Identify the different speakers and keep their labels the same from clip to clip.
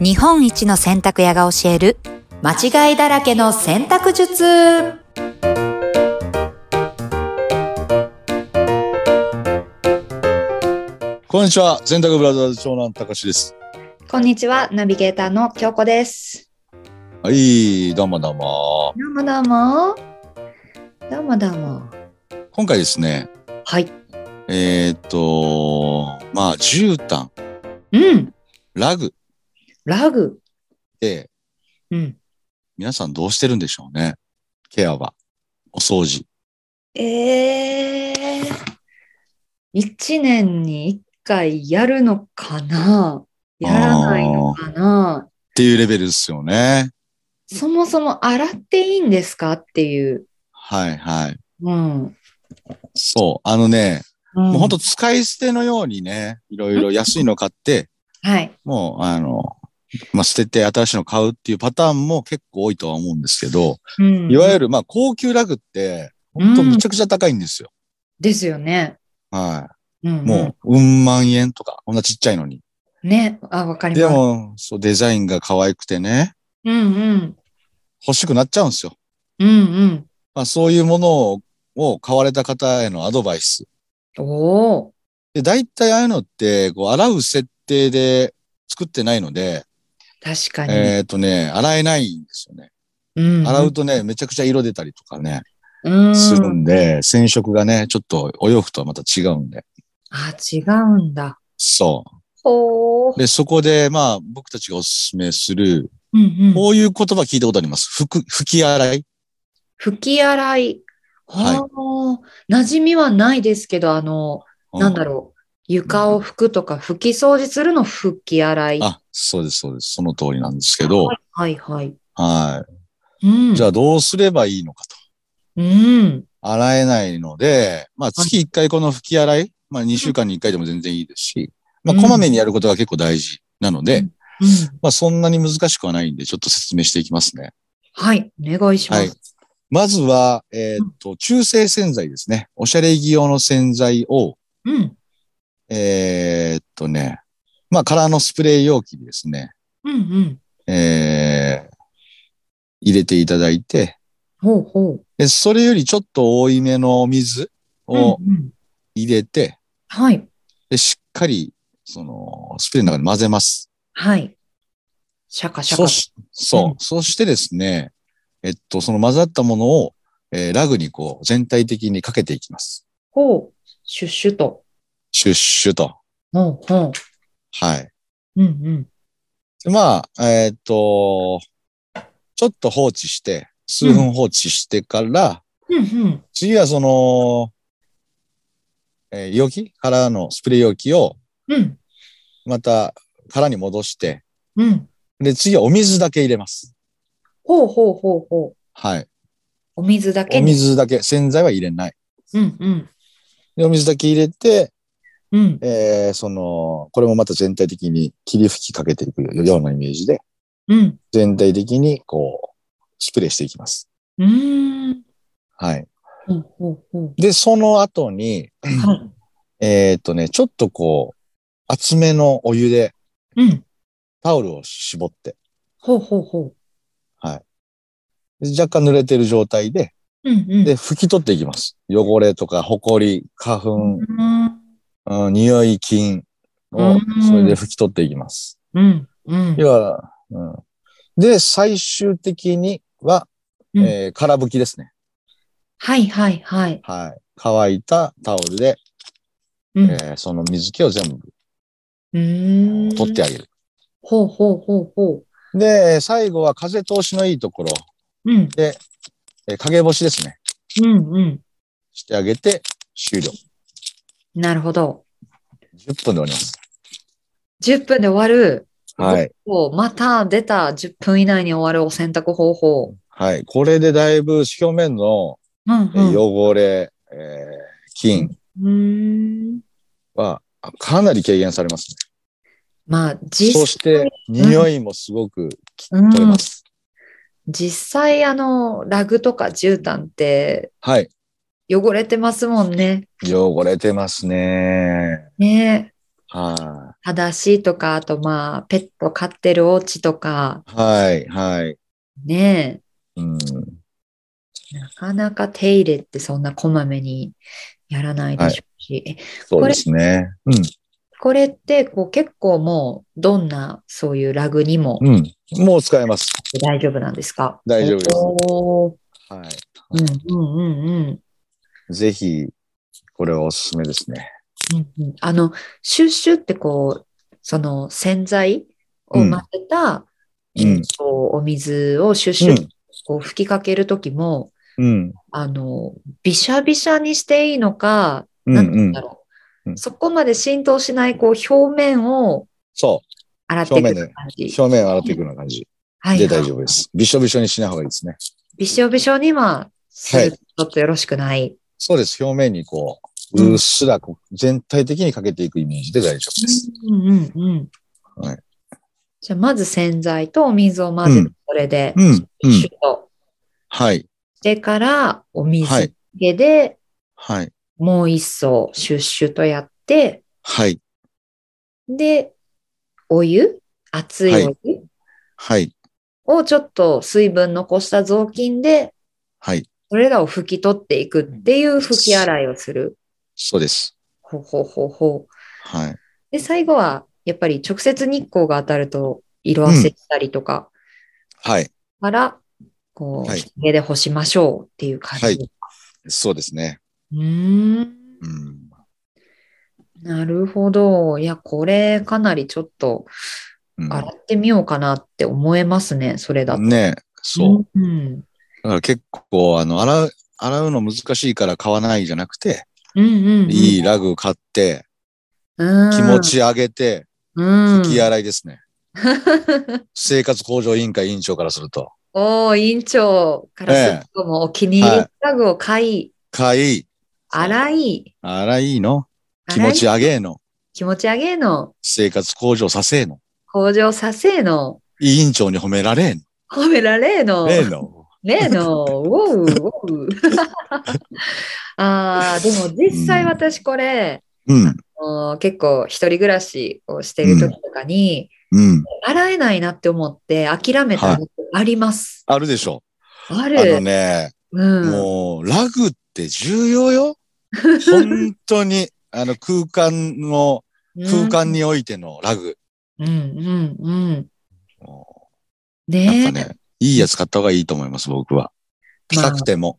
Speaker 1: 日本一の洗濯屋が教える間違いだらけの洗濯術
Speaker 2: こんにちは、洗濯ブラザーズ長男たかしです。
Speaker 1: こんにちはナビゲーターの京子です
Speaker 2: はい、どうもどうも。
Speaker 1: どうもどうもどうもどうも
Speaker 2: 今回ですね、
Speaker 1: はい
Speaker 2: えーっと、まあ、絨毯、
Speaker 1: うん
Speaker 2: ラグっ
Speaker 1: ラグ
Speaker 2: て、
Speaker 1: うん
Speaker 2: 皆さんどうしてるんでしょうね。ケアは。お掃除。
Speaker 1: えー、一年に一回やるのかなやらないのかな
Speaker 2: っていうレベルですよね。
Speaker 1: そもそも洗っていいんですかっていう。
Speaker 2: はいはい。
Speaker 1: うん。も
Speaker 2: そう。あのね、
Speaker 1: う
Speaker 2: もうほんと使い捨てのようにね、いろいろ安いの買って、
Speaker 1: はい。
Speaker 2: もう、あの、まあ、捨てて新しいの買うっていうパターンも結構多いとは思うんですけど、
Speaker 1: うん
Speaker 2: いわゆる、まあ、高級ラグって、ほんとめちゃくちゃ高いんですよ。
Speaker 1: ですよね。
Speaker 2: はい。
Speaker 1: うんうん
Speaker 2: もう、うん万円とか、こんなちっちゃいのに。
Speaker 1: ね。あ、わかり
Speaker 2: で
Speaker 1: ます。
Speaker 2: も、そう、デザインが可愛くてね、
Speaker 1: うんうん。
Speaker 2: 欲しくなっちゃうんですよ。
Speaker 1: うん
Speaker 2: まあ、そういうものを、を買われた方へのアドバイス。
Speaker 1: うん。おお。
Speaker 2: で、大体ああいうのって、こう、洗う設定で作ってないので、
Speaker 1: 確かに。
Speaker 2: えっ、とね、洗えないんですよね。
Speaker 1: うんうん、
Speaker 2: 洗うとね、めちゃくちゃ色出たりとかね、
Speaker 1: うん
Speaker 2: するんで、染色がね、ちょっとお洋服とはまた違うんで。
Speaker 1: あ、違うんだ。
Speaker 2: そ
Speaker 1: ほう
Speaker 2: う。。で、そこで、まあ、僕たちがおすすめする、
Speaker 1: うんうん。
Speaker 2: こういう言葉聞いたことあります。ふく、吹き洗い
Speaker 1: 拭き洗い。
Speaker 2: はい
Speaker 1: ほう。馴染みはないですけど、あの、なんだろう。床を拭くとか、拭き掃除するの拭き洗い。
Speaker 2: あ、そうです、そうです。その通りなんですけど、
Speaker 1: はいはい。
Speaker 2: は
Speaker 1: うん。
Speaker 2: い。じゃあどうすればいいのかと。
Speaker 1: うん。
Speaker 2: 洗えないので、まあ月1回この拭き洗い、まあ2週間に1回でも全然いいですし、ま
Speaker 1: うん
Speaker 2: あこまめにやることが結構大事なので、
Speaker 1: うんうん。
Speaker 2: まあそんなに難しくはないんで、ちょっと説明していきますね。
Speaker 1: はい。お願いしま
Speaker 2: はい
Speaker 1: す。。
Speaker 2: まずは、えーっと、中性洗剤ですね。おしゃれ着用の洗剤を、
Speaker 1: うん。
Speaker 2: えーっとね、まあ空のスプレー容器にですね、
Speaker 1: うんうん。
Speaker 2: えー入れていただいて、
Speaker 1: ほうほう。
Speaker 2: で、それよりちょっと多いめのお水を
Speaker 1: うんうん
Speaker 2: 入れて、
Speaker 1: はい。
Speaker 2: で、しっかり、その、スプレーの中に混ぜます。
Speaker 1: はい。シャカシャ
Speaker 2: そ
Speaker 1: カ。
Speaker 2: し、そう、
Speaker 1: うん
Speaker 2: そしてですね、えっと、その混ざったものを、えーラグにこう、全体的にかけていきます。
Speaker 1: ほう。シュッシュと。
Speaker 2: シュッシュと。
Speaker 1: ほうほ
Speaker 2: はい。
Speaker 1: う。うんうん。
Speaker 2: でまあ、えーっと、ちょっと放置して、数分放置してから、
Speaker 1: うんうん。
Speaker 2: 次はその、えー容器からのスプレー容器を、
Speaker 1: うん。
Speaker 2: また、殻に戻して、
Speaker 1: うん。
Speaker 2: で、次はお水だけ入れます。
Speaker 1: ほうほうほうほう。
Speaker 2: はい。
Speaker 1: お水だけ
Speaker 2: お
Speaker 1: に。
Speaker 2: 水だけ、洗剤は入れない。
Speaker 1: うんうん。
Speaker 2: でお水だけ入れて、
Speaker 1: うん。
Speaker 2: えー、その、これもまた全体的に霧吹きかけていくようなイメージで、
Speaker 1: うん。
Speaker 2: 全体的にこう、スプレーしていきます。
Speaker 1: うーん。
Speaker 2: はい。
Speaker 1: ほうほうほ
Speaker 2: で、その後に、
Speaker 1: う。はい。
Speaker 2: えーっとね、ちょっとこう、厚めのお湯で
Speaker 1: うん。
Speaker 2: タオルを絞って、
Speaker 1: ほうほうほ
Speaker 2: で若干濡れてる状態で、
Speaker 1: う。うんうん。
Speaker 2: で、拭き取っていきます。汚れとか、ホコリ、花粉、
Speaker 1: うん。
Speaker 2: うん、匂い菌
Speaker 1: う
Speaker 2: を
Speaker 1: ん、
Speaker 2: それで拭き取っていきます。
Speaker 1: うんうん。
Speaker 2: 要は、うん、で、最終的には、
Speaker 1: うん
Speaker 2: えー空拭きですね。
Speaker 1: はいはいはい。
Speaker 2: はい。乾いたタオルで、
Speaker 1: うん。
Speaker 2: え
Speaker 1: う
Speaker 2: ーその水気を全部
Speaker 1: ーん。
Speaker 2: 取ってあげる。
Speaker 1: ほうほうほうほ
Speaker 2: で、最後は風通しのいいところ、
Speaker 1: う。うん。
Speaker 2: えー陰干しですね。
Speaker 1: うんうん。
Speaker 2: してあげて、終了。
Speaker 1: なるほど。
Speaker 2: 10分で終わります。
Speaker 1: 10分で終わる。
Speaker 2: はい。
Speaker 1: おまた出た10分以内に終わるお洗濯方法。
Speaker 2: はい。これでだいぶ表面の
Speaker 1: うん
Speaker 2: えー
Speaker 1: うん。
Speaker 2: 汚れ、えー菌
Speaker 1: うーん
Speaker 2: はかなり軽減されますね。
Speaker 1: まあ、
Speaker 2: そ
Speaker 1: 実
Speaker 2: して、匂いもすごく
Speaker 1: うん
Speaker 2: 取れます。
Speaker 1: 実際、あの、ラグとか絨毯って
Speaker 2: はい。
Speaker 1: 汚れてますもんね。
Speaker 2: 汚れてますね。
Speaker 1: ね
Speaker 2: は
Speaker 1: 正しいとか、あとまあ、ペット飼ってるお家とか、
Speaker 2: はい、はい。
Speaker 1: ね
Speaker 2: うん。
Speaker 1: え、なかなか手入れってそんなこまめにやらないでしょうし、え
Speaker 2: そうですね。
Speaker 1: これってこう結構もうどんなそういうラグにも
Speaker 2: うん。うん。もう使えます。
Speaker 1: 大丈夫なんですか
Speaker 2: 大丈夫です
Speaker 1: おー
Speaker 2: は
Speaker 1: うんうんうんうん。
Speaker 2: い。ぜひ、これはおすすめですね。
Speaker 1: うんうんあの、シュッシュってこう、その洗剤を
Speaker 2: うん
Speaker 1: 混ぜた、
Speaker 2: うん。
Speaker 1: こうお水をシュッシュってこう吹きかけるときも、
Speaker 2: うん。
Speaker 1: あの、びしゃびしゃにしていいのか、
Speaker 2: うん。
Speaker 1: な
Speaker 2: うん
Speaker 1: て言うん
Speaker 2: ん
Speaker 1: だ。ろう。
Speaker 2: うん
Speaker 1: そこまで浸透しない、こう、表面を
Speaker 2: そ
Speaker 1: 洗っていく
Speaker 2: 表面で
Speaker 1: 感
Speaker 2: う。
Speaker 1: じ。
Speaker 2: 表面を洗っていくような感じ
Speaker 1: はい
Speaker 2: で大丈夫で。す。びしょびしょにしない方がいいですね。
Speaker 1: びしょびしょには、するとちょっとよろしくない。
Speaker 2: そうです。表面にこう、
Speaker 1: うん
Speaker 2: うっすらこう全体的にかけていくイメージで大丈夫です。
Speaker 1: うんうんうん。
Speaker 2: はい
Speaker 1: じゃあ、まず洗剤とお水を混ぜて、これで、
Speaker 2: うんうん
Speaker 1: シュッシュと
Speaker 2: はい。
Speaker 1: してから、お
Speaker 2: は
Speaker 1: 水
Speaker 2: い
Speaker 1: だけで、
Speaker 2: はい。
Speaker 1: もう一層、シュッシュとやって、
Speaker 2: はい。
Speaker 1: で、お湯熱いお湯、
Speaker 2: ははい。
Speaker 1: をちょっと水分残した雑巾で、
Speaker 2: はい。
Speaker 1: それらを拭き取っていくっていう拭き洗いをする。
Speaker 2: そうです。
Speaker 1: ほうほうほうほう。
Speaker 2: はい。
Speaker 1: で、最後は、やっぱり直接日光が当たると色あせしたりとか
Speaker 2: はい。
Speaker 1: から、こう、
Speaker 2: はい
Speaker 1: 日陰で干しましょうっていう感じ。
Speaker 2: はいそうですね。
Speaker 1: うーん。
Speaker 2: うん。
Speaker 1: なるほど。いや、これかなりちょっと
Speaker 2: うん
Speaker 1: 洗ってみようかなって思えますね、それだと。
Speaker 2: ねえそう。
Speaker 1: うん。うん
Speaker 2: だから結構、あの、洗う、洗うの難しいから買わないじゃなくて、
Speaker 1: うんうん。
Speaker 2: いいラグ買って、
Speaker 1: うん
Speaker 2: 気持ち上げて、
Speaker 1: うん
Speaker 2: 拭き洗いで すね。生活向上委員会委員長からすると。
Speaker 1: おー、委員長からするともうお気に入りタグを買い、
Speaker 2: 買い、
Speaker 1: 洗い、
Speaker 2: 洗いの、気
Speaker 1: 洗
Speaker 2: 持
Speaker 1: い
Speaker 2: ち上げの、
Speaker 1: 気持ち上げの、
Speaker 2: 生活向上させの、
Speaker 1: 向上させの、
Speaker 2: 委員長に褒められん
Speaker 1: 褒められの、
Speaker 2: の、
Speaker 1: ね
Speaker 2: れ
Speaker 1: え
Speaker 2: んの。
Speaker 1: の、ウォウ、ウォウ。 あー、でも実際私これ、
Speaker 2: うん、
Speaker 1: もう結構一人暮らしをしてる時とかに、
Speaker 2: うん。
Speaker 1: 洗えないなって思って諦めたのあります。
Speaker 2: あるでしょ。
Speaker 1: あ
Speaker 2: あの
Speaker 1: る。
Speaker 2: ね、
Speaker 1: うん。
Speaker 2: もう、ラグって重 要よ。本当に、あの、空間の、空間においてのラグ。
Speaker 1: うん。うん、うん、うん。
Speaker 2: もうや
Speaker 1: ね
Speaker 2: っ
Speaker 1: え
Speaker 2: ぱ。ね、いいやつ買った方がいいと思います、僕は。
Speaker 1: まあ
Speaker 2: 高くても。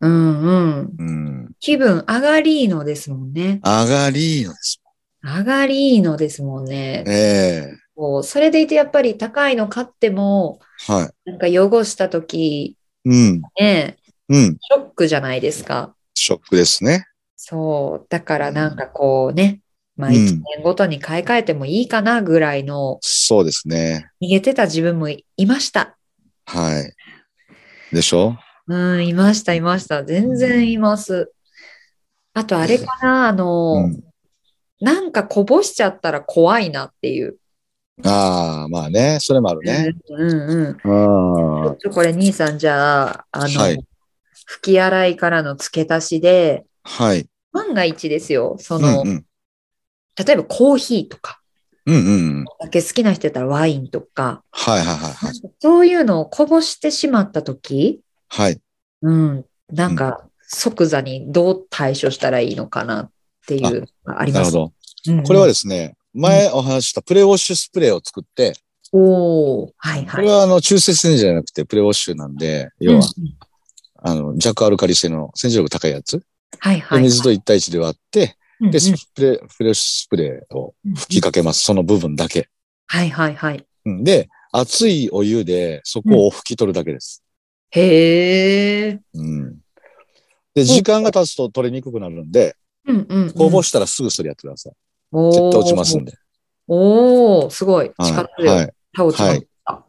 Speaker 1: うん、うん。
Speaker 2: うん。
Speaker 1: 気分上がりーのですもんね。
Speaker 2: 上がりーのです。
Speaker 1: 上がりーのですもんね。
Speaker 2: ええ
Speaker 1: こうそれでいてやっぱり高いの買っても、
Speaker 2: はい。
Speaker 1: なんか汚した時
Speaker 2: うん。
Speaker 1: ね、
Speaker 2: うん。
Speaker 1: ショックじゃないですか。
Speaker 2: ショックですね。
Speaker 1: そう。だからなんかこうね、まあ
Speaker 2: うん
Speaker 1: 1年ごとに買い替えてもいいかなぐらいの、
Speaker 2: そうですね。
Speaker 1: 逃げてた自分もいました。
Speaker 2: はい。でしょ
Speaker 1: うん、いました、いました。全然います。あとあれかな、あの、
Speaker 2: うん
Speaker 1: なんかこぼしちゃったら怖いなっていう。
Speaker 2: ああ、まあね、それもあるね。
Speaker 1: うんうんうん。ちょ
Speaker 2: あ
Speaker 1: っとこれ兄さんじゃあ、あの、
Speaker 2: はい
Speaker 1: 拭き洗いからの付け足しで、
Speaker 2: はい。
Speaker 1: 万が一ですよ、そ
Speaker 2: うん
Speaker 1: の、
Speaker 2: うん。
Speaker 1: 例えばコーヒーとか、
Speaker 2: うんうんうん。
Speaker 1: お酒好きな人やったらワインとか、
Speaker 2: はいはいはいはい。
Speaker 1: そういうのをこぼしてしまった時
Speaker 2: はい。
Speaker 1: うん、なんか即座にどう対処したらいいのかなっていうのがあり
Speaker 2: な
Speaker 1: ま
Speaker 2: るほ
Speaker 1: す。
Speaker 2: ど。
Speaker 1: うんうん
Speaker 2: これはですね、前お話ししたプレウォッシュスプレーを作って、
Speaker 1: おーはい
Speaker 2: こ
Speaker 1: はい。
Speaker 2: れはあの中性洗剤じゃなくてプレウォッシュなんで、
Speaker 1: うん
Speaker 2: 要
Speaker 1: うん
Speaker 2: はあの弱アルカリ性の洗浄力高いやつ。
Speaker 1: はいは
Speaker 2: で
Speaker 1: い。
Speaker 2: 水と一対一で割って、
Speaker 1: うんうん
Speaker 2: で、スプレー、プレウォッシュスプレーを吹きかけます。その部分だけ。
Speaker 1: はいはいはい。
Speaker 2: うんで、熱いお湯でそこを拭き取るだけです。
Speaker 1: へえ。
Speaker 2: うん。で、時間が経つと取れにくくなるんで、
Speaker 1: うんうんうん。
Speaker 2: こぼしたらすぐそれやってください。
Speaker 1: 絶
Speaker 2: 絶対落ちますんで。
Speaker 1: おお、すごい。
Speaker 2: は
Speaker 1: 力
Speaker 2: い。は
Speaker 1: 強い。
Speaker 2: い。
Speaker 1: 倒落ちました。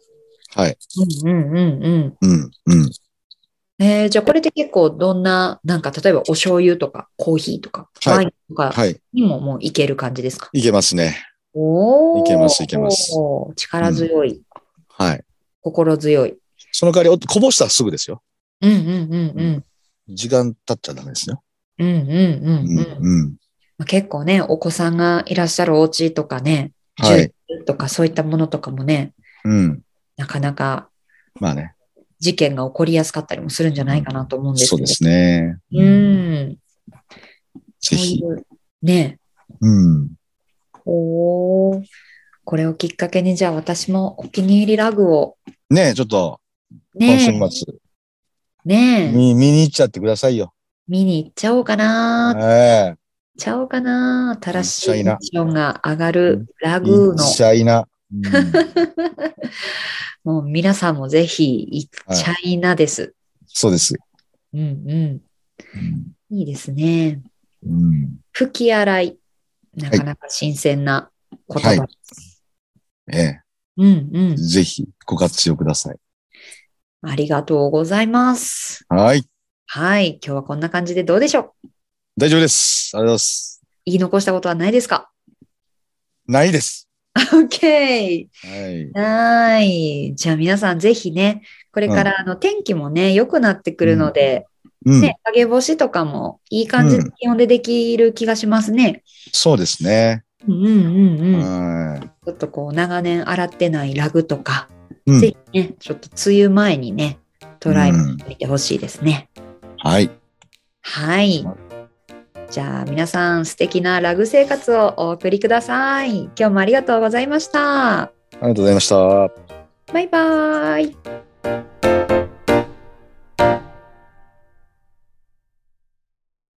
Speaker 2: はい。
Speaker 1: うんうんうんうん。
Speaker 2: うん。うん。
Speaker 1: えー、じゃあこれって結構どんな、なんか例えばお醤油とかコーヒーとか
Speaker 2: はい
Speaker 1: ワインとか
Speaker 2: はい。
Speaker 1: にももういける感じですか、
Speaker 2: いけますね。
Speaker 1: おお。
Speaker 2: いけますいけます
Speaker 1: おー力強い、
Speaker 2: はい。
Speaker 1: 心強い。
Speaker 2: その代わり、おこぼしたらすぐですよ。
Speaker 1: うんうんうんうん。
Speaker 2: 時間経っちゃダメですよ。
Speaker 1: うんうんうんうん
Speaker 2: う。
Speaker 1: ん。
Speaker 2: うん。
Speaker 1: まあ結構ね、お子さんがいらっしゃるお家とかね、
Speaker 2: はい
Speaker 1: 住居とかそういったものとかもね、
Speaker 2: うん。
Speaker 1: なかなか
Speaker 2: まあね。
Speaker 1: 事件が起こりやすかったりもするんじゃないかなと思うんですけ
Speaker 2: そう
Speaker 1: ど。
Speaker 2: ですね。
Speaker 1: うん。
Speaker 2: ぜひ。
Speaker 1: そういうね。
Speaker 2: うん。
Speaker 1: おお。これをきっかけに、じゃあ私もお気に入りラグを。
Speaker 2: ねえ、ちょっと、今週
Speaker 1: ねえ。
Speaker 2: 末、
Speaker 1: ねえ。
Speaker 2: 見見に行っちゃってくださいよ。
Speaker 1: 見に行っちゃおうかな。行っ
Speaker 2: え
Speaker 1: ちゃおうかな。新しい
Speaker 2: 行っちゃいな
Speaker 1: ミッションが上がるラ
Speaker 2: え。
Speaker 1: グ
Speaker 2: 行
Speaker 1: ー
Speaker 2: っ
Speaker 1: の。
Speaker 2: ちゃい な。うん
Speaker 1: もう皆さんもぜひ行っちゃいなです。
Speaker 2: そうです。
Speaker 1: うんうん。いいですね。
Speaker 2: うん。
Speaker 1: 拭き洗い。なかなか新鮮な言葉。
Speaker 2: はえ
Speaker 1: うんうん
Speaker 2: え。。ぜひ、ご活用ください。
Speaker 1: ありがとうございます。
Speaker 2: はい。
Speaker 1: はい。今日はこんな感じでどうでしょう
Speaker 2: 大丈夫です。ありがとうございます。
Speaker 1: 言い残したことはないですか
Speaker 2: ないです。
Speaker 1: ?OK!
Speaker 2: は
Speaker 1: は
Speaker 2: い。
Speaker 1: い。じゃあ皆さんぜひね、これからあの天気もね、良くなってくるので、
Speaker 2: うん。
Speaker 1: ね、陰干しとかもいい感じ
Speaker 2: う
Speaker 1: で気温でできる気がしますね。
Speaker 2: そうですね。
Speaker 1: うんうんうん。ち
Speaker 2: は
Speaker 1: ょっとこう長年洗ってないラグとか、
Speaker 2: い。うん
Speaker 1: ぜひね、ちょっと梅雨前にね、トライしてみてほしいですね。
Speaker 2: はい。
Speaker 1: はい。じゃあ皆さん素敵なラグ生活をお送りください。今日もありがとうございました。
Speaker 2: ありがとうございました。
Speaker 1: バイバイ。